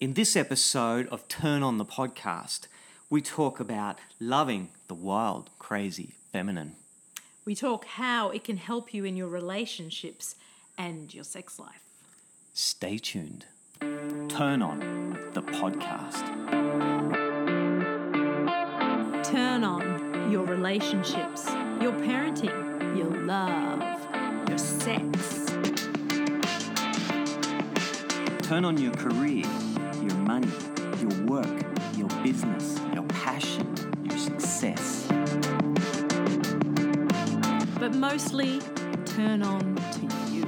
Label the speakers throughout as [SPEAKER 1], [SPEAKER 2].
[SPEAKER 1] In this episode of Turn On the Podcast, we talk about loving the wild, crazy feminine.
[SPEAKER 2] We talk how it can help you in your relationships and your sex life.
[SPEAKER 1] Stay tuned. Turn On the Podcast.
[SPEAKER 2] Turn on your relationships, your parenting, your love, your sex.
[SPEAKER 1] Turn on your career, your money, your work, your business, your passion, your success.
[SPEAKER 2] But mostly, turn on to you.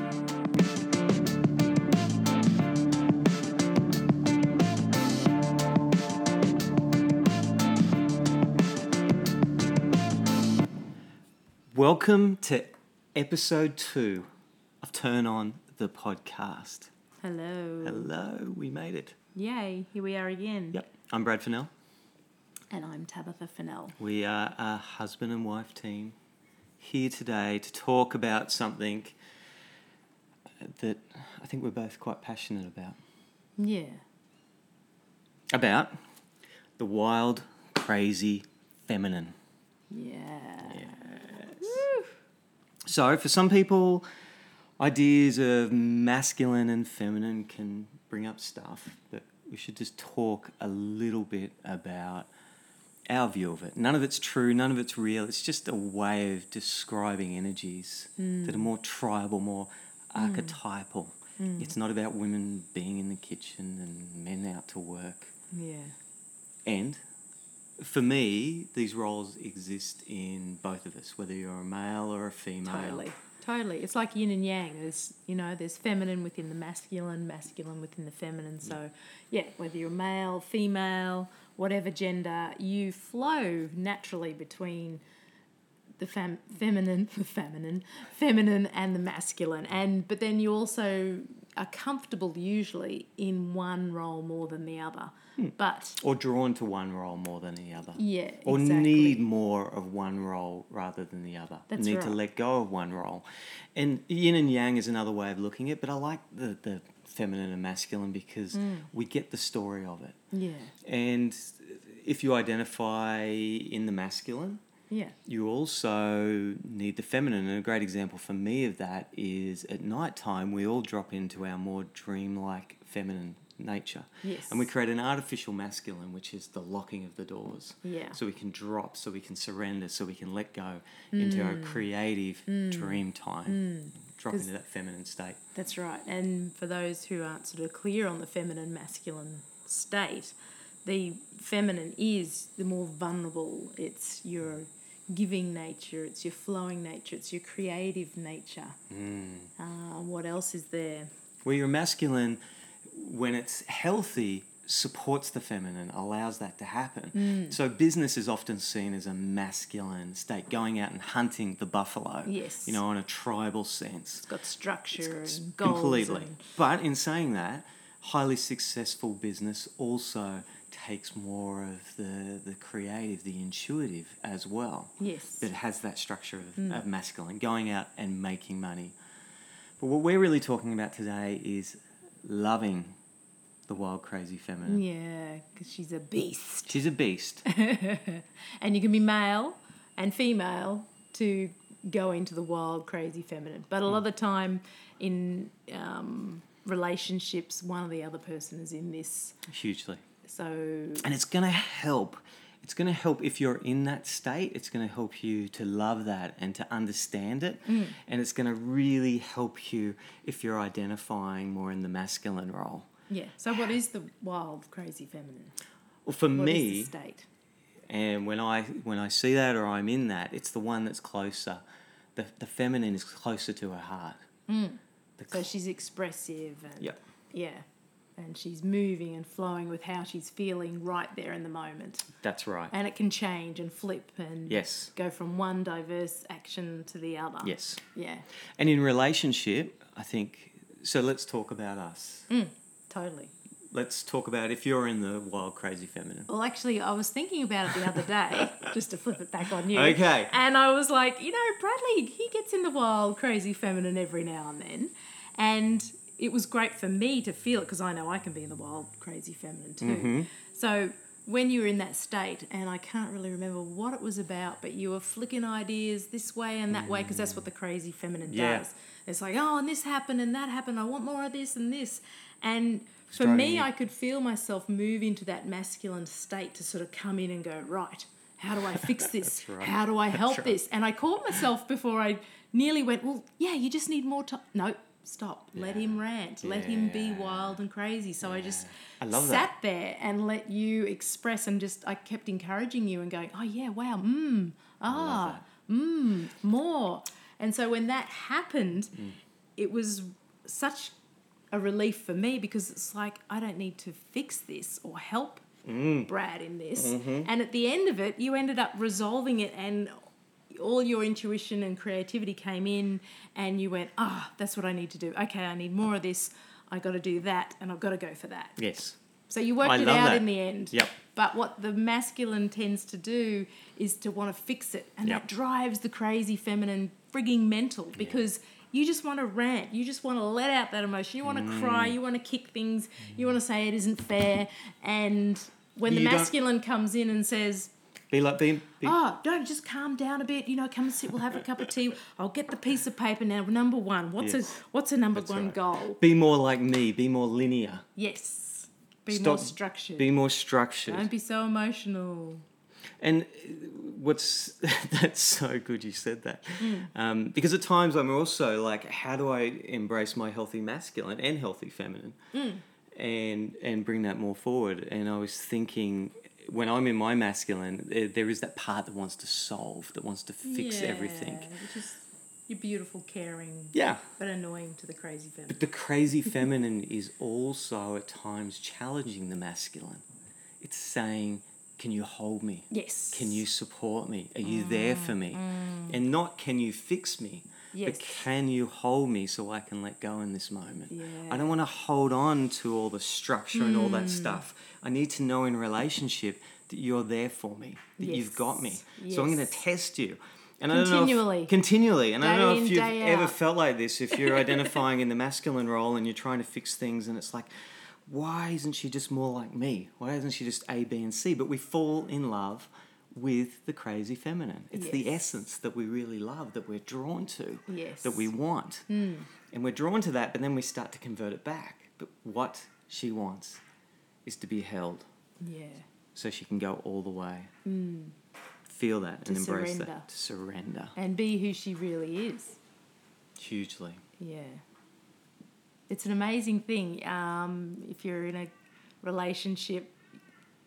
[SPEAKER 1] Welcome to episode two of Turn On the Podcast.
[SPEAKER 2] Hello.
[SPEAKER 1] Hello, we made it.
[SPEAKER 2] Yay, here we are again.
[SPEAKER 1] Yep, I'm Brad Fennell.
[SPEAKER 2] And I'm Tabitha Fennell.
[SPEAKER 1] We are a husband and wife team here today to talk about something that I think we're both quite passionate about.
[SPEAKER 2] Yeah.
[SPEAKER 1] About the wild, crazy feminine.
[SPEAKER 2] Yeah.
[SPEAKER 1] So, for some people, ideas of masculine and feminine can bring up stuff, but we should just talk a little bit about our view of it. None of it's true, none of it's real. It's just a way of describing energies that are more tribal, more archetypal. It's not about women being in the kitchen and men out to work.
[SPEAKER 2] Yeah.
[SPEAKER 1] And for me, these roles exist in both of us, whether you're a male or a female.
[SPEAKER 2] Totally. Totally. It's like yin and yang. There's you know, there's feminine within the masculine, masculine within the feminine. So yeah, whether you're male, female, whatever gender, you flow naturally between the fem- feminine, the feminine, feminine and the masculine. And but then you also are comfortable usually in one role more than the other.
[SPEAKER 1] Hmm.
[SPEAKER 2] But
[SPEAKER 1] Or drawn to one role more than the other.
[SPEAKER 2] yeah,
[SPEAKER 1] Or
[SPEAKER 2] exactly.
[SPEAKER 1] need more of one role rather than the other.
[SPEAKER 2] That's
[SPEAKER 1] need to
[SPEAKER 2] right.
[SPEAKER 1] let go of one role. And yin and yang is another way of looking at it, but I like the, the feminine and masculine because
[SPEAKER 2] Mm.
[SPEAKER 1] we get the story of it.
[SPEAKER 2] Yeah.
[SPEAKER 1] And if you identify in the masculine,
[SPEAKER 2] Yeah.
[SPEAKER 1] you also need the feminine. And a great example for me of that is at night time, we all drop into our more dreamlike feminine nature.
[SPEAKER 2] Yes.
[SPEAKER 1] And we create an artificial masculine, which is the locking of the doors.
[SPEAKER 2] Yeah.
[SPEAKER 1] So we can drop, so we can surrender, so we can let go into our creative dream time. Drop
[SPEAKER 2] Mm. 'Cause-
[SPEAKER 1] into that feminine state.
[SPEAKER 2] That's right. And for those who aren't sort of clear on the feminine masculine state, the feminine is the more vulnerable. It's your giving nature, it's your flowing nature, it's your creative nature. Uh, what else is there?
[SPEAKER 1] Where your masculine, when it's healthy, supports the feminine, allows that to happen.
[SPEAKER 2] Mm.
[SPEAKER 1] So business is often seen as a masculine state, going out and hunting the buffalo.
[SPEAKER 2] Yes.
[SPEAKER 1] You know, on a tribal sense.
[SPEAKER 2] It's got structure and goals.
[SPEAKER 1] Completely.
[SPEAKER 2] and-
[SPEAKER 1] But in saying that, highly successful business also takes more of the, the creative, the intuitive as well
[SPEAKER 2] yes.
[SPEAKER 1] that has that structure of, of masculine, going out and making money. But what we're really talking about today is loving the wild, crazy
[SPEAKER 2] Mm.
[SPEAKER 1] feminine.
[SPEAKER 2] Yeah, because she's a beast.
[SPEAKER 1] She's a beast.
[SPEAKER 2] And you can be male and female to go into the wild, crazy feminine. But a lot of the time in um, relationships, one or the other person is in this.
[SPEAKER 1] Hugely.
[SPEAKER 2] So,
[SPEAKER 1] And it's going to help. It's going to help if you're in that state. It's going to help you to love that and to understand it. And it's going to really help you if you're identifying more in the masculine role.
[SPEAKER 2] yeah. So, what is the wild, crazy feminine?
[SPEAKER 1] Well, for
[SPEAKER 2] What is
[SPEAKER 1] me,
[SPEAKER 2] the state?
[SPEAKER 1] and when I when I see that or I'm in that, it's the one that's closer. The the feminine is closer to her heart. The
[SPEAKER 2] Mm. So,
[SPEAKER 1] cl-
[SPEAKER 2] she's expressive and
[SPEAKER 1] Yep.
[SPEAKER 2] yeah. And she's moving and flowing with how she's feeling right there in the moment.
[SPEAKER 1] that's right.
[SPEAKER 2] And it can change and flip and
[SPEAKER 1] Yes.
[SPEAKER 2] go from one diverse action to the other.
[SPEAKER 1] Yes.
[SPEAKER 2] Yeah,
[SPEAKER 1] And in relationship, I think so. Let's talk about us.
[SPEAKER 2] Mm. totally.
[SPEAKER 1] Let's talk about if you're in the wild, crazy feminine.
[SPEAKER 2] Well, actually, I was thinking about it the other day, just to flip it back on you.
[SPEAKER 1] Okay.
[SPEAKER 2] And I was like, you know, Bradley, he gets in the wild, crazy feminine every now and then. And it was great for me to feel it because I know I can be the wild, crazy feminine too.
[SPEAKER 1] Mm-hmm.
[SPEAKER 2] So when you were in that state, and I can't really remember what it was about, but you were flicking ideas this way and that way because that's what the crazy feminine
[SPEAKER 1] Yeah.
[SPEAKER 2] does. It's like, oh, and this happened and that happened. I want more of this and this. And for
[SPEAKER 1] driving
[SPEAKER 2] me,
[SPEAKER 1] you-
[SPEAKER 2] I could feel myself move into that masculine state to sort of come in and go, right, how do I fix this?
[SPEAKER 1] right.
[SPEAKER 2] How do I help this? And I caught myself before I nearly went, well, yeah, you just need more time. No, stop. Let
[SPEAKER 1] Yeah.
[SPEAKER 2] him rant. Let him be
[SPEAKER 1] Yeah.
[SPEAKER 2] wild and crazy. So I just
[SPEAKER 1] I love
[SPEAKER 2] sat
[SPEAKER 1] that.
[SPEAKER 2] there and let you express and just, I kept encouraging you and going, oh, yeah, wow, mmm, ah, mmm, more. And so when that happened,
[SPEAKER 1] Mm.
[SPEAKER 2] it was such a relief for me because it's like I don't need to fix this or help
[SPEAKER 1] Mm.
[SPEAKER 2] Brad in this.
[SPEAKER 1] Mm-hmm.
[SPEAKER 2] And at the end of it, you ended up resolving it and all your intuition and creativity came in and you went, "Ah, that's what I need to do. Okay, I need more of this. I got to do that and I've got to go for that."
[SPEAKER 1] Yes.
[SPEAKER 2] So you worked
[SPEAKER 1] I
[SPEAKER 2] it
[SPEAKER 1] love
[SPEAKER 2] out
[SPEAKER 1] that.
[SPEAKER 2] in the end.
[SPEAKER 1] Yep.
[SPEAKER 2] But what the masculine tends to do is to want to fix it. And
[SPEAKER 1] Yep.
[SPEAKER 2] that drives the crazy feminine frigging mental because you just want to rant. You just want to let out that emotion. You want to
[SPEAKER 1] Mm.
[SPEAKER 2] cry. You want to kick things. You want to say it isn't fair. And when the
[SPEAKER 1] You don't-
[SPEAKER 2] masculine comes in and says,
[SPEAKER 1] Be like being. Be,
[SPEAKER 2] Oh, don't just calm down a bit. You know, come and sit. We'll have a cup of tea. I'll get the piece of paper now. Number one. What's
[SPEAKER 1] Yes.
[SPEAKER 2] a what's a number
[SPEAKER 1] That's
[SPEAKER 2] one
[SPEAKER 1] right.
[SPEAKER 2] goal?
[SPEAKER 1] be more like me. Be more linear.
[SPEAKER 2] Yes. Be more
[SPEAKER 1] Stop-
[SPEAKER 2] structured.
[SPEAKER 1] Be more structured.
[SPEAKER 2] Don't be so emotional.
[SPEAKER 1] And uh, what's that's so good you said that. Um, because at times I'm also like, how do I embrace my healthy masculine and healthy feminine and and bring that more forward? And I was thinking when I'm in my masculine, there, there is that part that wants to solve, that wants to fix everything.
[SPEAKER 2] Yeah, Which is you're beautiful, caring,
[SPEAKER 1] Yeah.
[SPEAKER 2] but annoying to the crazy feminine.
[SPEAKER 1] But the crazy feminine is also at times challenging the masculine. It's saying, can you hold me?
[SPEAKER 2] Yes.
[SPEAKER 1] Can you support me? Are
[SPEAKER 2] Mm,
[SPEAKER 1] you there for me? And not can you fix me,
[SPEAKER 2] Yes.
[SPEAKER 1] but can you hold me so I can let go in this moment? I
[SPEAKER 2] Yeah. Mm.
[SPEAKER 1] don't want to hold on to all the structure and all that stuff. I need to know in relationship that you're there for me, that you've got me.
[SPEAKER 2] Yes.
[SPEAKER 1] So I'm going to
[SPEAKER 2] Yes.
[SPEAKER 1] test you. And I don't know if-
[SPEAKER 2] Continually.
[SPEAKER 1] continually. And I
[SPEAKER 2] Day
[SPEAKER 1] don't know
[SPEAKER 2] in,
[SPEAKER 1] if you've
[SPEAKER 2] day
[SPEAKER 1] ever
[SPEAKER 2] out.
[SPEAKER 1] felt like this, if you're identifying in the masculine role and you're trying to fix things and it's like, why isn't she just more like me? Why isn't she just A, B, and C? But we fall in love with the crazy feminine. It's the
[SPEAKER 2] Yes.
[SPEAKER 1] essence that we really love, that we're drawn to,
[SPEAKER 2] Yes. Hmm.
[SPEAKER 1] that we want. And we're drawn to that, but then we start to convert it back. But what she wants is to be held
[SPEAKER 2] Yeah.
[SPEAKER 1] so she can go all the way. Feel that
[SPEAKER 2] Hmm. To
[SPEAKER 1] and embrace
[SPEAKER 2] surrender.
[SPEAKER 1] that. To surrender.
[SPEAKER 2] And be who she really is.
[SPEAKER 1] Hugely.
[SPEAKER 2] Yeah. It's an amazing thing. Um, if you're in a relationship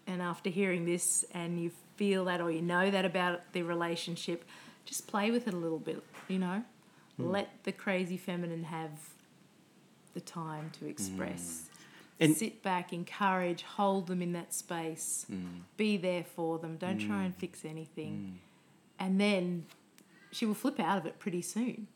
[SPEAKER 2] and after hearing this and you feel that or you know that about the relationship, just play with it a little bit, you know?
[SPEAKER 1] Hmm.
[SPEAKER 2] Let the crazy feminine have the time to express.
[SPEAKER 1] Hmm. And-
[SPEAKER 2] Sit back, encourage, hold them in that space,
[SPEAKER 1] Hmm.
[SPEAKER 2] be there for them. Don't try and fix anything.
[SPEAKER 1] Hmm.
[SPEAKER 2] And then she will flip out of it pretty soon.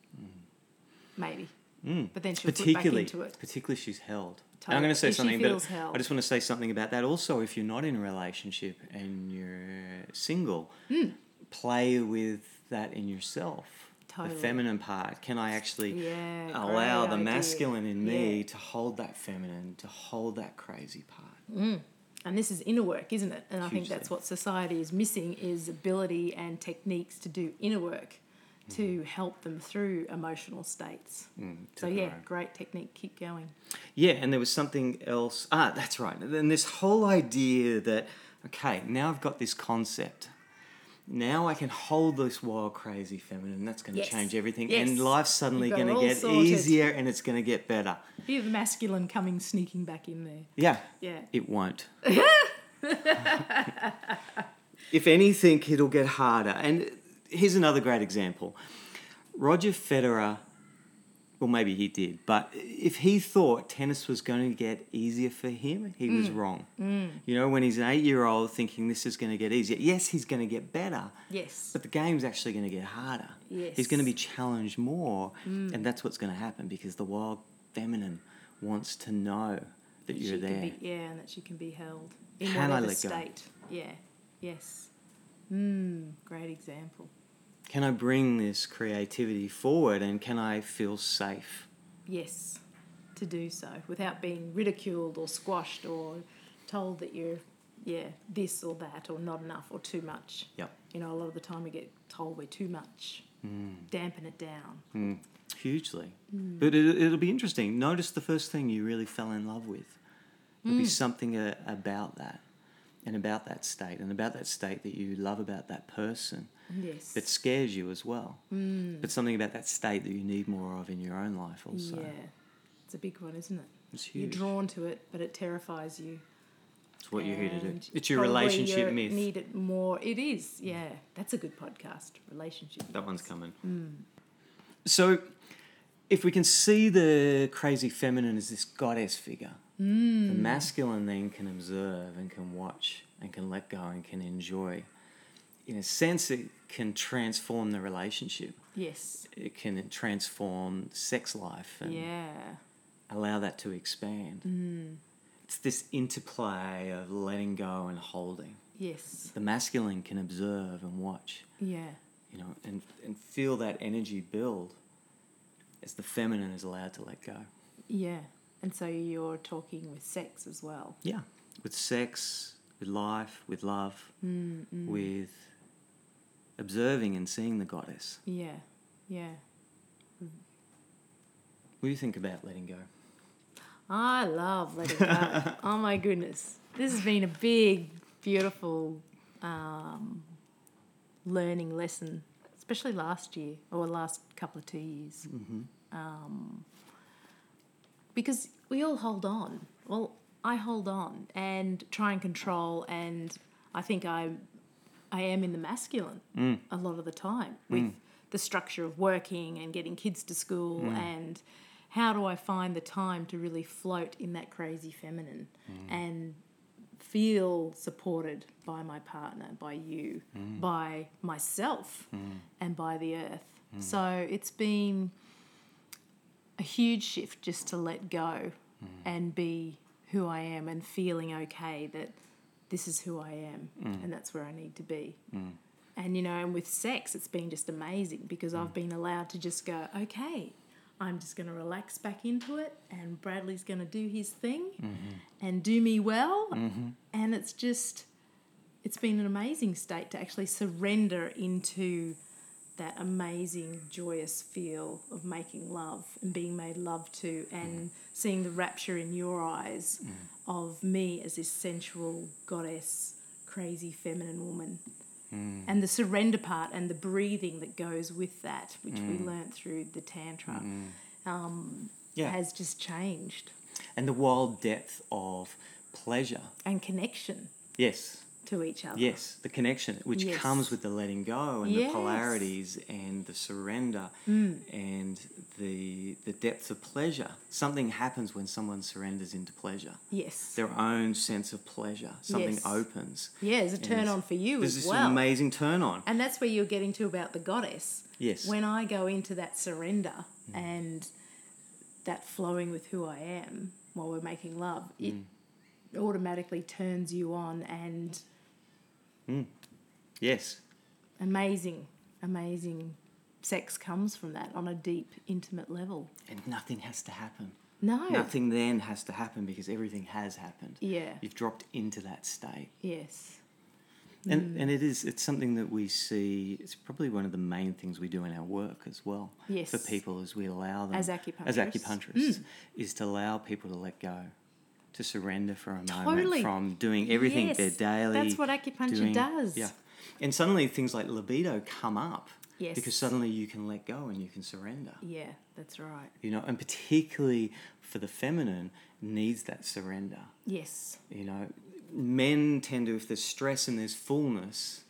[SPEAKER 2] Maybe. But then she'll flip
[SPEAKER 1] Hmm.
[SPEAKER 2] back
[SPEAKER 1] particularly
[SPEAKER 2] into it.
[SPEAKER 1] particularly she's held And i'm
[SPEAKER 2] Totally.
[SPEAKER 1] going to say
[SPEAKER 2] If she
[SPEAKER 1] something
[SPEAKER 2] feels
[SPEAKER 1] but
[SPEAKER 2] held.
[SPEAKER 1] i just want to say something about that also if you're not in a relationship and you're single
[SPEAKER 2] Hmm.
[SPEAKER 1] play with that in yourself
[SPEAKER 2] Totally.
[SPEAKER 1] the feminine part can i actually
[SPEAKER 2] Yeah.
[SPEAKER 1] allow
[SPEAKER 2] great
[SPEAKER 1] the
[SPEAKER 2] idea.
[SPEAKER 1] masculine in me
[SPEAKER 2] Yeah.
[SPEAKER 1] to hold that feminine to hold that crazy part
[SPEAKER 2] And this is inner work, isn't it? And I think
[SPEAKER 1] Hugely.
[SPEAKER 2] that's what society is missing is ability and techniques to do inner work
[SPEAKER 1] Mm-hmm.
[SPEAKER 2] to help them through emotional states.
[SPEAKER 1] to
[SPEAKER 2] so yeah,
[SPEAKER 1] grow.
[SPEAKER 2] great technique. Keep going.
[SPEAKER 1] Yeah, and there was something else. Ah, that's right. And then this whole idea that, okay, now I've got this concept. Now I can hold this wild, crazy feminine. That's going to
[SPEAKER 2] Yes.
[SPEAKER 1] change everything.
[SPEAKER 2] Yes.
[SPEAKER 1] And life's suddenly
[SPEAKER 2] You've got it
[SPEAKER 1] going to
[SPEAKER 2] all
[SPEAKER 1] get
[SPEAKER 2] sorted.
[SPEAKER 1] easier and it's going to get better.
[SPEAKER 2] Bit of the masculine coming sneaking back in there.
[SPEAKER 1] Yeah.
[SPEAKER 2] Yeah.
[SPEAKER 1] It won't. if anything, it'll get harder. And here's another great example Roger Federer, well, maybe he did, but if he thought tennis was going to get easier for him, he
[SPEAKER 2] Mm.
[SPEAKER 1] was wrong. You know, when he's an eight year old thinking this is going to get easier, yes, he's going to get better.
[SPEAKER 2] Yes.
[SPEAKER 1] But the game's actually going to get harder.
[SPEAKER 2] Yes. Mm.
[SPEAKER 1] He's going to be challenged more, and that's what's going to happen because the wild feminine wants to know that you're
[SPEAKER 2] she
[SPEAKER 1] there.
[SPEAKER 2] Can be, yeah, and that she can be held in
[SPEAKER 1] Can I
[SPEAKER 2] whatever
[SPEAKER 1] let go?
[SPEAKER 2] state. Yeah. Yes. Mm, great example.
[SPEAKER 1] can I bring this creativity forward and can I feel safe?
[SPEAKER 2] Yes. to do so without being ridiculed or squashed or told that you're, yeah, this or that or not enough or too much.
[SPEAKER 1] Yep.
[SPEAKER 2] You know, a lot of the time we get told we're too much. Dampen it down.
[SPEAKER 1] Mm, hugely.
[SPEAKER 2] Hmm.
[SPEAKER 1] But it, it'll be interesting. Notice the first thing you really fell in love with. There'll
[SPEAKER 2] Hmm.
[SPEAKER 1] be something uh, about that and about that state and about that state that you love about that person
[SPEAKER 2] Yes.
[SPEAKER 1] that scares you as well.
[SPEAKER 2] Hmm.
[SPEAKER 1] Mm. But something about that state that you need more of in your own life also.
[SPEAKER 2] yeah. It's a big one, isn't it?
[SPEAKER 1] It's
[SPEAKER 2] You're
[SPEAKER 1] huge.
[SPEAKER 2] drawn to it, but it terrifies you.
[SPEAKER 1] it's what you're here to do.
[SPEAKER 2] and
[SPEAKER 1] It's your
[SPEAKER 2] probably
[SPEAKER 1] relationship
[SPEAKER 2] you
[SPEAKER 1] myth.
[SPEAKER 2] Need it more. It is. Yeah, that's a good podcast. Relationship.
[SPEAKER 1] That one's
[SPEAKER 2] myths.
[SPEAKER 1] coming. Mm. So, if we can see the crazy feminine as this goddess figure, the masculine then can observe and can watch and can let go and can enjoy. In a sense, it can transform the relationship.
[SPEAKER 2] Yes.
[SPEAKER 1] It can transform sex life and
[SPEAKER 2] Yeah.
[SPEAKER 1] allow that to expand. It's this interplay of letting go and holding.
[SPEAKER 2] Yes.
[SPEAKER 1] The masculine can observe and watch
[SPEAKER 2] Yeah.
[SPEAKER 1] you know, and and feel that energy build as the feminine is allowed to let go.
[SPEAKER 2] Yeah. And so you're talking with sex as well.
[SPEAKER 1] Yeah, with sex, with life, with love,
[SPEAKER 2] Mm-hmm.
[SPEAKER 1] with observing and seeing the goddess.
[SPEAKER 2] Yeah. Yeah.
[SPEAKER 1] What do you think about letting go?
[SPEAKER 2] I love letting go. oh my goodness. This has been a big, beautiful um, learning lesson, especially last year or last couple of two years.
[SPEAKER 1] Mm-hmm.
[SPEAKER 2] um, because we all hold on. Well, I hold on and try and control, and I think I, I am in the masculine a lot of the time with the structure of working and getting kids to school and how do I find the time to really float in that crazy feminine and feel supported by my partner, by you, by myself, and by the earth. So it's been a huge shift just to let go and be who I am and feeling okay that this is who I am and that's where I need to be. And you know, and with sex, it's been just amazing because I've been allowed to just go, okay, I'm just going to relax back into it and Bradley's going to do his thing and do me well. And it's just, it's been an amazing state to actually surrender into that amazing, joyous feel of making love and being made love to, and seeing the rapture in your eyes of me as this sensual goddess, crazy feminine woman. And the surrender part and the breathing that goes with that, which
[SPEAKER 1] Mm.
[SPEAKER 2] we learnt through the Tantra, um,
[SPEAKER 1] Yeah,
[SPEAKER 2] has just changed.
[SPEAKER 1] and the wild depth of pleasure.
[SPEAKER 2] And connection
[SPEAKER 1] Yes,
[SPEAKER 2] to each other.
[SPEAKER 1] yes, the connection which
[SPEAKER 2] Yes.
[SPEAKER 1] comes with the letting go and
[SPEAKER 2] Yes. Mm.
[SPEAKER 1] the polarities and the surrender and the the depth of pleasure. Something happens when someone surrenders into pleasure.
[SPEAKER 2] Yes.
[SPEAKER 1] their own sense of pleasure. Something
[SPEAKER 2] Yes.
[SPEAKER 1] opens.
[SPEAKER 2] Yeah, it's a
[SPEAKER 1] And
[SPEAKER 2] turn on for you
[SPEAKER 1] There's
[SPEAKER 2] as
[SPEAKER 1] this
[SPEAKER 2] well.
[SPEAKER 1] amazing turn on.
[SPEAKER 2] And that's where you're getting to about the goddess.
[SPEAKER 1] Yes. Mm.
[SPEAKER 2] When I go into that surrender and that flowing with who I am while we're making love, it
[SPEAKER 1] Mm.
[SPEAKER 2] automatically turns you on and
[SPEAKER 1] yes.
[SPEAKER 2] amazing, amazing sex comes from that on a deep, intimate level.
[SPEAKER 1] And nothing has to happen.
[SPEAKER 2] No.
[SPEAKER 1] Nothing then has to happen because everything has happened.
[SPEAKER 2] Yeah.
[SPEAKER 1] You've dropped into that state.
[SPEAKER 2] Yes. Mm.
[SPEAKER 1] And and it is it's something that we see it's probably one of the main things we do in our work as well.
[SPEAKER 2] Yes.
[SPEAKER 1] For people as we allow them
[SPEAKER 2] As acupuncturists. Mm.
[SPEAKER 1] as acupuncturists is to allow people to let go. To surrender for a moment
[SPEAKER 2] Totally.
[SPEAKER 1] from doing everything
[SPEAKER 2] Yes,
[SPEAKER 1] their daily.
[SPEAKER 2] that's what acupuncture does.
[SPEAKER 1] Yeah. And suddenly things like libido come up.
[SPEAKER 2] Yes.
[SPEAKER 1] Because suddenly you can let go and you can surrender.
[SPEAKER 2] Yeah, that's right.
[SPEAKER 1] You know, and particularly for the feminine needs that surrender.
[SPEAKER 2] Yes.
[SPEAKER 1] You know, men tend to, if there's stress and there's fullness,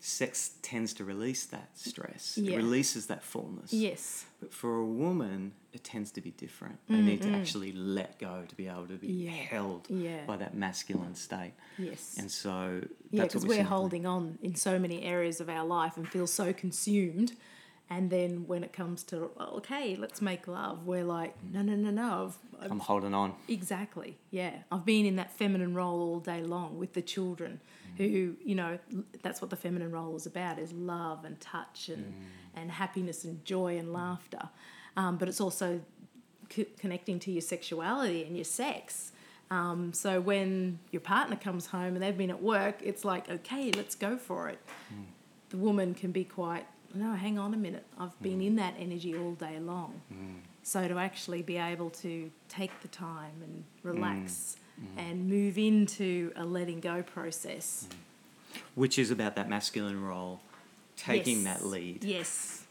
[SPEAKER 1] sex tends to release that stress.
[SPEAKER 2] Yeah.
[SPEAKER 1] It releases that fullness.
[SPEAKER 2] Yes.
[SPEAKER 1] But for a woman, it tends to be different. They need to actually let go to be able to be
[SPEAKER 2] Yeah.
[SPEAKER 1] held
[SPEAKER 2] Yeah.
[SPEAKER 1] by that masculine state.
[SPEAKER 2] Yes.
[SPEAKER 1] And so
[SPEAKER 2] Yeah,
[SPEAKER 1] that's
[SPEAKER 2] because
[SPEAKER 1] what
[SPEAKER 2] we're
[SPEAKER 1] seem to think.
[SPEAKER 2] holding on in so many areas of our life and feel so consumed. And then when it comes to, okay, let's make love, we're like, no, no, no, no. I've, I've-
[SPEAKER 1] I'm holding on.
[SPEAKER 2] exactly. Yeah. I've been in that feminine role all day long with the children who, you know, l- that's what the feminine role is about is love and touch and, and happiness and joy and laughter. Um, but it's also c- connecting to your sexuality and your sex. Um, so when your partner comes home and they've been at work, it's like, okay, let's go for it. The woman can be quite, no, hang on a minute. I've been in that energy all day long. So to actually be able to take the time
[SPEAKER 1] Mm.
[SPEAKER 2] and relax
[SPEAKER 1] Mm-hmm.
[SPEAKER 2] and move into a letting go process.
[SPEAKER 1] Mm. Which is about that masculine role, taking
[SPEAKER 2] Yes.
[SPEAKER 1] that lead,
[SPEAKER 2] Yes,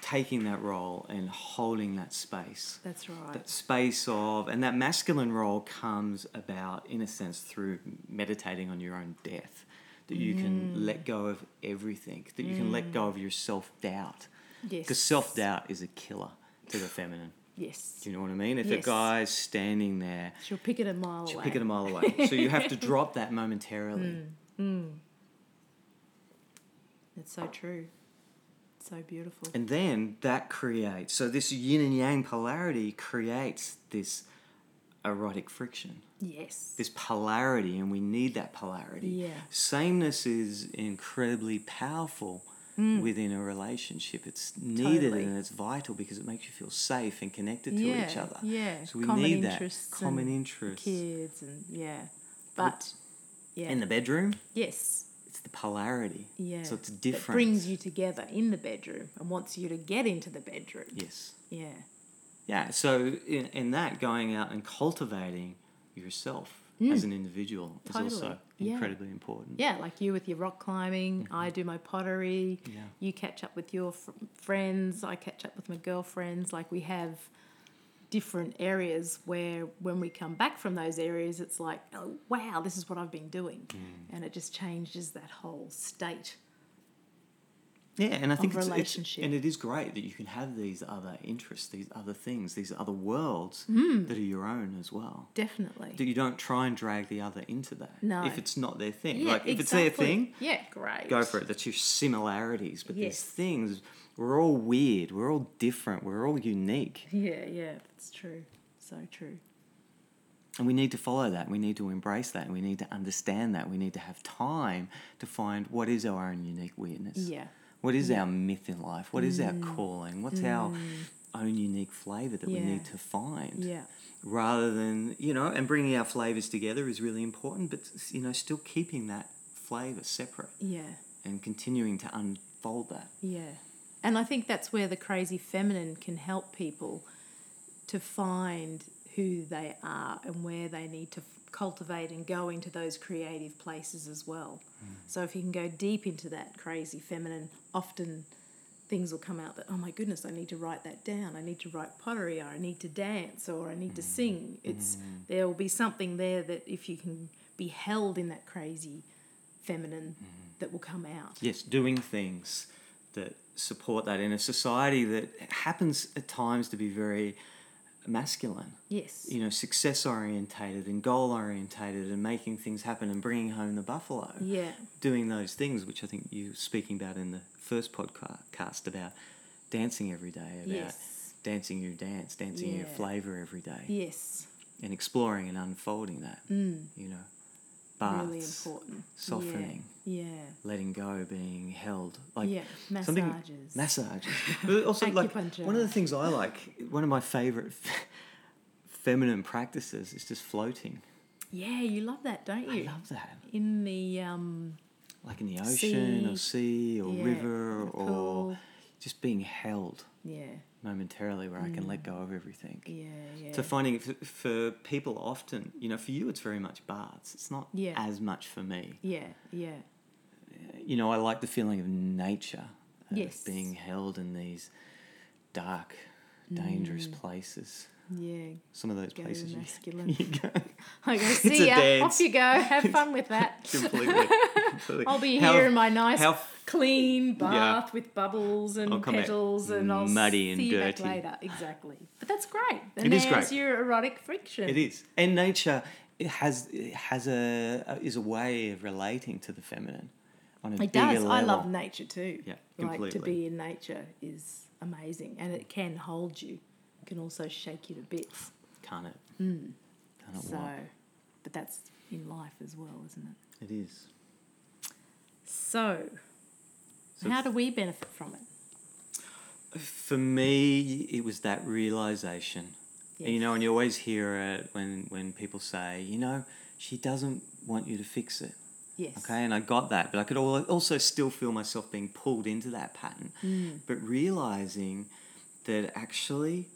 [SPEAKER 1] taking that role, and holding that space.
[SPEAKER 2] that's right.
[SPEAKER 1] that space of and that masculine role comes about in a sense through meditating on your own death that you
[SPEAKER 2] Mm.
[SPEAKER 1] can let go of everything that you can let go of your self-doubt
[SPEAKER 2] yes.
[SPEAKER 1] because self-doubt is a killer to the feminine
[SPEAKER 2] Yes.
[SPEAKER 1] do you know what i mean if
[SPEAKER 2] Yes.
[SPEAKER 1] a guy's standing there
[SPEAKER 2] She'll pick it a mile
[SPEAKER 1] she'll
[SPEAKER 2] away. Mm.
[SPEAKER 1] pick it a mile away so you have to drop that momentarily
[SPEAKER 2] It's so true. It's so beautiful.
[SPEAKER 1] And then that creates, so this yin and yang polarity creates this erotic friction,
[SPEAKER 2] yes.
[SPEAKER 1] this polarity, and we need that polarity.
[SPEAKER 2] Yeah.
[SPEAKER 1] Sameness is incredibly powerful within a relationship. It's needed
[SPEAKER 2] Mm. Totally.
[SPEAKER 1] and it's vital because it makes you feel safe and connected to
[SPEAKER 2] yeah.
[SPEAKER 1] each other.
[SPEAKER 2] Yeah.
[SPEAKER 1] So we
[SPEAKER 2] Common
[SPEAKER 1] need that
[SPEAKER 2] interests
[SPEAKER 1] common
[SPEAKER 2] and
[SPEAKER 1] interest.
[SPEAKER 2] Kids and yeah. But yeah.
[SPEAKER 1] In the bedroom,
[SPEAKER 2] yes.
[SPEAKER 1] it's the polarity.
[SPEAKER 2] Yeah.
[SPEAKER 1] So it's
[SPEAKER 2] That
[SPEAKER 1] different.
[SPEAKER 2] brings you together in the bedroom and wants you to get into the bedroom.
[SPEAKER 1] Yes.
[SPEAKER 2] Yeah.
[SPEAKER 1] Yeah, so in, in that, going out and cultivating yourself as an individual is also
[SPEAKER 2] Mm. Totally, yeah.
[SPEAKER 1] incredibly important.
[SPEAKER 2] Yeah, like you with your rock climbing,
[SPEAKER 1] Mm-hmm.
[SPEAKER 2] I do my pottery,
[SPEAKER 1] Yeah.
[SPEAKER 2] you catch up with your fr- friends, I catch up with my girlfriends. Like we have different areas where when we come back from those areas, it's like, oh, wow, this is what I've been doing.
[SPEAKER 1] Mm. Mm-hmm.
[SPEAKER 2] And it just changes that whole state.
[SPEAKER 1] Yeah, and I think it's, it's
[SPEAKER 2] relationship.
[SPEAKER 1] and it is great that you can have these other interests, these other things, these other worlds
[SPEAKER 2] Mm.
[SPEAKER 1] that are your own as well.
[SPEAKER 2] Definitely.
[SPEAKER 1] That you don't try and drag the other into that.
[SPEAKER 2] No.
[SPEAKER 1] If it's not their thing. like if it's their
[SPEAKER 2] exactly.
[SPEAKER 1] thing,
[SPEAKER 2] Yeah, great.
[SPEAKER 1] go for it. That's your similarities. But these
[SPEAKER 2] Yes.
[SPEAKER 1] things we're all weird, we're all different, we're all unique.
[SPEAKER 2] Yeah, yeah, that's true. So true.
[SPEAKER 1] And we need to follow that. We need to embrace that. We need to understand that. We need to have time to find what is our own unique weirdness.
[SPEAKER 2] Yeah.
[SPEAKER 1] What
[SPEAKER 2] Mm.
[SPEAKER 1] is our myth in life? What is our calling? What's our own unique flavor that we
[SPEAKER 2] Yeah.
[SPEAKER 1] need to find?
[SPEAKER 2] Yeah.
[SPEAKER 1] Rather than, you know, and bringing our flavors together is really important, but, you know, still keeping that flavor separate
[SPEAKER 2] Yeah.
[SPEAKER 1] and continuing to unfold that.
[SPEAKER 2] Yeah. And I think that's where the crazy feminine can help people to find who they are and where they need to f- cultivate and go into those creative places as well. So if you can go deep into that crazy feminine, often things will come out that, oh my goodness, I need to write that down. I need to write pottery or I need to dance or I need to sing. It's there will be something there that if you can be held in that crazy feminine that will come out.
[SPEAKER 1] Yes, doing things that support that in a society that happens at times to be very masculine.
[SPEAKER 2] Yes.
[SPEAKER 1] you know, success orientated and goal orientated and making things happen and bringing home the buffalo.
[SPEAKER 2] Yeah.
[SPEAKER 1] Doing those things, which I think you were speaking about in the first podcast about dancing every day, about
[SPEAKER 2] Yes.
[SPEAKER 1] dancing your dance, dancing your
[SPEAKER 2] Yeah.
[SPEAKER 1] flavour every day,
[SPEAKER 2] Yes.
[SPEAKER 1] and exploring and unfolding that. Mm. You know, baths,
[SPEAKER 2] really important.
[SPEAKER 1] softening,
[SPEAKER 2] Yeah.
[SPEAKER 1] letting go, being held. Like
[SPEAKER 2] yeah. Yeah.
[SPEAKER 1] something-
[SPEAKER 2] Massages.
[SPEAKER 1] massages. But also, like
[SPEAKER 2] Acupuncture.
[SPEAKER 1] one of the things I like, one of my favourite feminine practices is just floating.
[SPEAKER 2] yeah, you love that, don't
[SPEAKER 1] I
[SPEAKER 2] you?
[SPEAKER 1] love that.
[SPEAKER 2] In the um
[SPEAKER 1] like in the ocean or sea or
[SPEAKER 2] yeah,
[SPEAKER 1] river
[SPEAKER 2] the
[SPEAKER 1] or
[SPEAKER 2] pool.
[SPEAKER 1] just being held
[SPEAKER 2] Yeah.
[SPEAKER 1] momentarily where I can let go of everything.
[SPEAKER 2] Yeah, Mm. yeah.
[SPEAKER 1] So finding for, for people often, you know, for you it's very much baths. It's not
[SPEAKER 2] Yeah.
[SPEAKER 1] as much for me.
[SPEAKER 2] yeah, yeah.
[SPEAKER 1] You know, I like the feeling of nature, of
[SPEAKER 2] Yes.
[SPEAKER 1] being held in these dark, dangerous places.
[SPEAKER 2] Yeah.
[SPEAKER 1] Some of those
[SPEAKER 2] Mm. Go
[SPEAKER 1] places you,
[SPEAKER 2] masculine.
[SPEAKER 1] you go
[SPEAKER 2] I go,
[SPEAKER 1] a
[SPEAKER 2] see ya,
[SPEAKER 1] dance.
[SPEAKER 2] off you go, have fun with that.
[SPEAKER 1] completely. completely.
[SPEAKER 2] I'll be
[SPEAKER 1] How-
[SPEAKER 2] here in my nice
[SPEAKER 1] how
[SPEAKER 2] clean bath with bubbles and
[SPEAKER 1] I'll come back
[SPEAKER 2] petals and I'll
[SPEAKER 1] muddy
[SPEAKER 2] see
[SPEAKER 1] and
[SPEAKER 2] you back
[SPEAKER 1] dirty.
[SPEAKER 2] later. Exactly. But that's great. Then
[SPEAKER 1] It is
[SPEAKER 2] there's
[SPEAKER 1] great.
[SPEAKER 2] your erotic friction.
[SPEAKER 1] It is, and nature it has it has a, is a way of relating to the feminine on a
[SPEAKER 2] It
[SPEAKER 1] bigger
[SPEAKER 2] does.
[SPEAKER 1] level.
[SPEAKER 2] I love nature too.
[SPEAKER 1] Yeah,
[SPEAKER 2] Like to
[SPEAKER 1] completely.
[SPEAKER 2] be in nature is amazing, and it can hold you. It can also shake you to bits.
[SPEAKER 1] Can't it? Can't it?
[SPEAKER 2] Mm. So,
[SPEAKER 1] want?
[SPEAKER 2] but that's in life as well, isn't it?
[SPEAKER 1] It is.
[SPEAKER 2] So,
[SPEAKER 1] So
[SPEAKER 2] how
[SPEAKER 1] f-
[SPEAKER 2] do we benefit from it?
[SPEAKER 1] For me, it was that realization And, you know, and you always hear it when, when people say, you know, she doesn't want you to fix it.
[SPEAKER 2] Yes.
[SPEAKER 1] Okay, and I got that, but I could al- also still feel myself being pulled into that pattern.
[SPEAKER 2] Mm.
[SPEAKER 1] But realizing that actually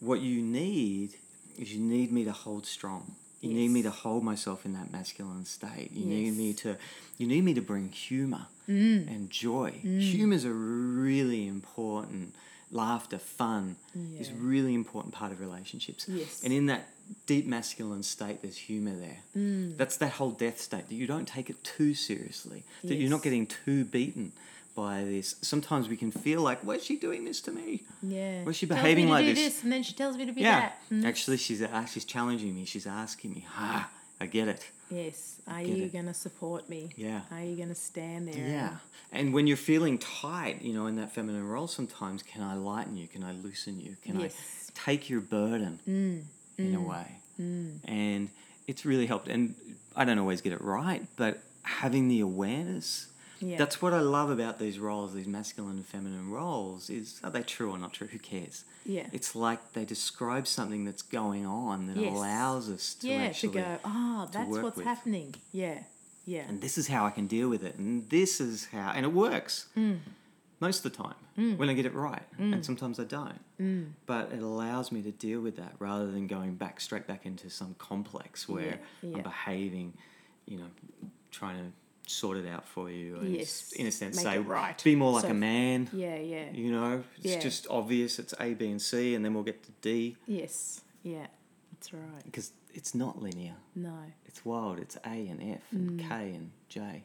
[SPEAKER 1] what you need is you need me to hold strong. You need me
[SPEAKER 2] Yes.
[SPEAKER 1] to hold myself in that masculine state. You need me
[SPEAKER 2] Yes. Mm.
[SPEAKER 1] to you need me to bring humor and joy. Humor's a really important laughter, fun is a
[SPEAKER 2] Yeah.
[SPEAKER 1] really important part of relationships.
[SPEAKER 2] Yes.
[SPEAKER 1] And in that deep masculine state there's humor there.
[SPEAKER 2] Mm.
[SPEAKER 1] That's that whole death state that you don't take it too seriously, that you're not
[SPEAKER 2] Yes.
[SPEAKER 1] getting too beaten by this. Sometimes we can feel like, why is she doing this to me?
[SPEAKER 2] Yeah.
[SPEAKER 1] Was she
[SPEAKER 2] Tells me
[SPEAKER 1] behaving
[SPEAKER 2] to
[SPEAKER 1] like
[SPEAKER 2] do
[SPEAKER 1] this?
[SPEAKER 2] And then she tells me to be
[SPEAKER 1] yeah.
[SPEAKER 2] that. Mm.
[SPEAKER 1] Actually, she's uh, she's challenging me. She's asking me, ha, I get it.
[SPEAKER 2] Yes. Are
[SPEAKER 1] get
[SPEAKER 2] you
[SPEAKER 1] it.
[SPEAKER 2] going to support me?
[SPEAKER 1] Yeah.
[SPEAKER 2] Are you going to stand there?
[SPEAKER 1] Yeah. And when you're feeling tight, you know, in that feminine role, sometimes can I lighten you? Can I loosen you? Can
[SPEAKER 2] Yes. Mm,
[SPEAKER 1] I take your burden in a way? And it's really helped. And I don't always get it right, but having the awareness.
[SPEAKER 2] Yeah.
[SPEAKER 1] That's what I love about these roles, these masculine and feminine roles, is are they true or not true? Who cares?
[SPEAKER 2] Yeah.
[SPEAKER 1] It's like they describe something that's going on that
[SPEAKER 2] Yes.
[SPEAKER 1] allows us to
[SPEAKER 2] yeah.
[SPEAKER 1] actually
[SPEAKER 2] to go, oh,
[SPEAKER 1] to
[SPEAKER 2] that's
[SPEAKER 1] work
[SPEAKER 2] what's
[SPEAKER 1] with.
[SPEAKER 2] happening. Yeah. Yeah.
[SPEAKER 1] and this is how I can deal with it, and this is how, and it works
[SPEAKER 2] Mm.
[SPEAKER 1] most of the time
[SPEAKER 2] Hmm.
[SPEAKER 1] when I get it right, and sometimes I don't.
[SPEAKER 2] mm.
[SPEAKER 1] But it allows me to deal with that rather than going back straight back into some complex where
[SPEAKER 2] Yeah, yeah.
[SPEAKER 1] I'm behaving, you know, trying to sort it out for you, and
[SPEAKER 2] Yes,
[SPEAKER 1] in a sense,
[SPEAKER 2] make
[SPEAKER 1] say
[SPEAKER 2] it right.
[SPEAKER 1] be more like
[SPEAKER 2] So-
[SPEAKER 1] a man.
[SPEAKER 2] yeah. Yeah.
[SPEAKER 1] You know, it's
[SPEAKER 2] Yeah.
[SPEAKER 1] just obvious. It's A, B, and C, and then we'll get to D
[SPEAKER 2] Yes. Yeah. That's right.
[SPEAKER 1] because it's not linear.
[SPEAKER 2] No.
[SPEAKER 1] It's wild. It's A and F and
[SPEAKER 2] Mm.
[SPEAKER 1] K and J.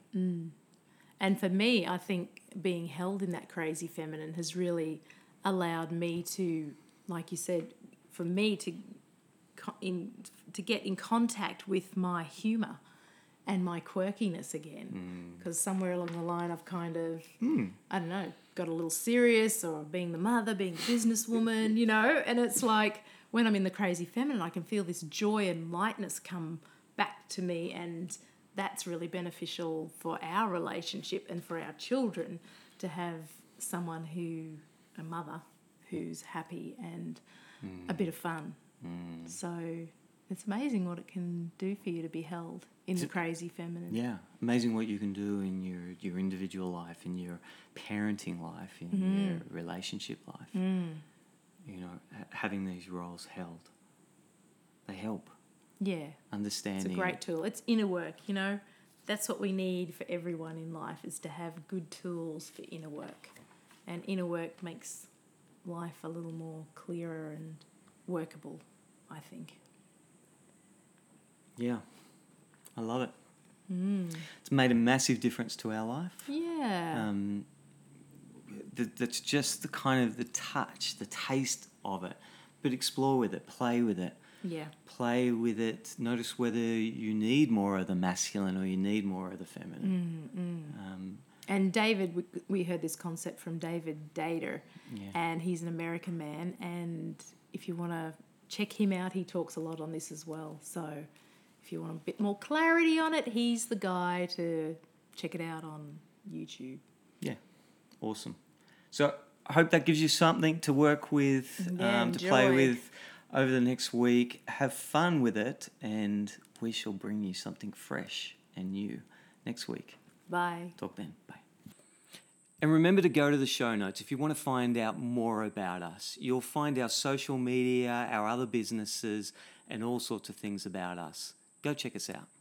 [SPEAKER 2] And for me, I think being held in that crazy feminine has really allowed me to, like you said, for me to co- in to get in contact with my humor and my quirkiness again. Because somewhere along the line, I've kind of I don't know got a little serious or being the mother, being the businesswoman, you know. And it's like when I'm in the crazy feminine, I can feel this joy and lightness come back to me and that's really beneficial for our relationship and for our children to have someone who a mother who's happy and a bit of fun so it's amazing what it can do for you to be held in the crazy feminine
[SPEAKER 1] Yeah, amazing what you can do in your your individual life, in your parenting life, in
[SPEAKER 2] Mm-hmm.
[SPEAKER 1] your relationship life.
[SPEAKER 2] Mm.
[SPEAKER 1] You know, ha- having these roles held, they help
[SPEAKER 2] yeah it's a
[SPEAKER 1] understanding.
[SPEAKER 2] great tool it's inner work you know that's what we need for everyone in life is to have good tools for inner work and inner work makes life a little more clearer and workable i think
[SPEAKER 1] Yeah, I love it.
[SPEAKER 2] Mm.
[SPEAKER 1] It's made a massive difference to our life.
[SPEAKER 2] yeah
[SPEAKER 1] um, th- that's just the kind of the touch, the taste of it. But explore with it, play with it,
[SPEAKER 2] yeah
[SPEAKER 1] play with it. Notice whether you need more of the masculine or you need more of the feminine. Um,
[SPEAKER 2] Mm, And David, we, we heard this concept from David Dater,
[SPEAKER 1] Yeah.
[SPEAKER 2] and he's an American man. And if you want to check him out, he talks a lot on this as well. So if you want a bit more clarity on it, he's the guy to check it out on YouTube.
[SPEAKER 1] yeah, awesome. So I hope that gives you something to work with,
[SPEAKER 2] Yeah,
[SPEAKER 1] um, to play
[SPEAKER 2] enjoy.
[SPEAKER 1] with over the next week. Have fun with it, and we shall bring you something fresh and new next week.
[SPEAKER 2] Bye.
[SPEAKER 1] Talk then. Bye. And remember to go to the show notes if you want to find out more about us. You'll find our social media, our other businesses, and all sorts of things about us. Go check us out.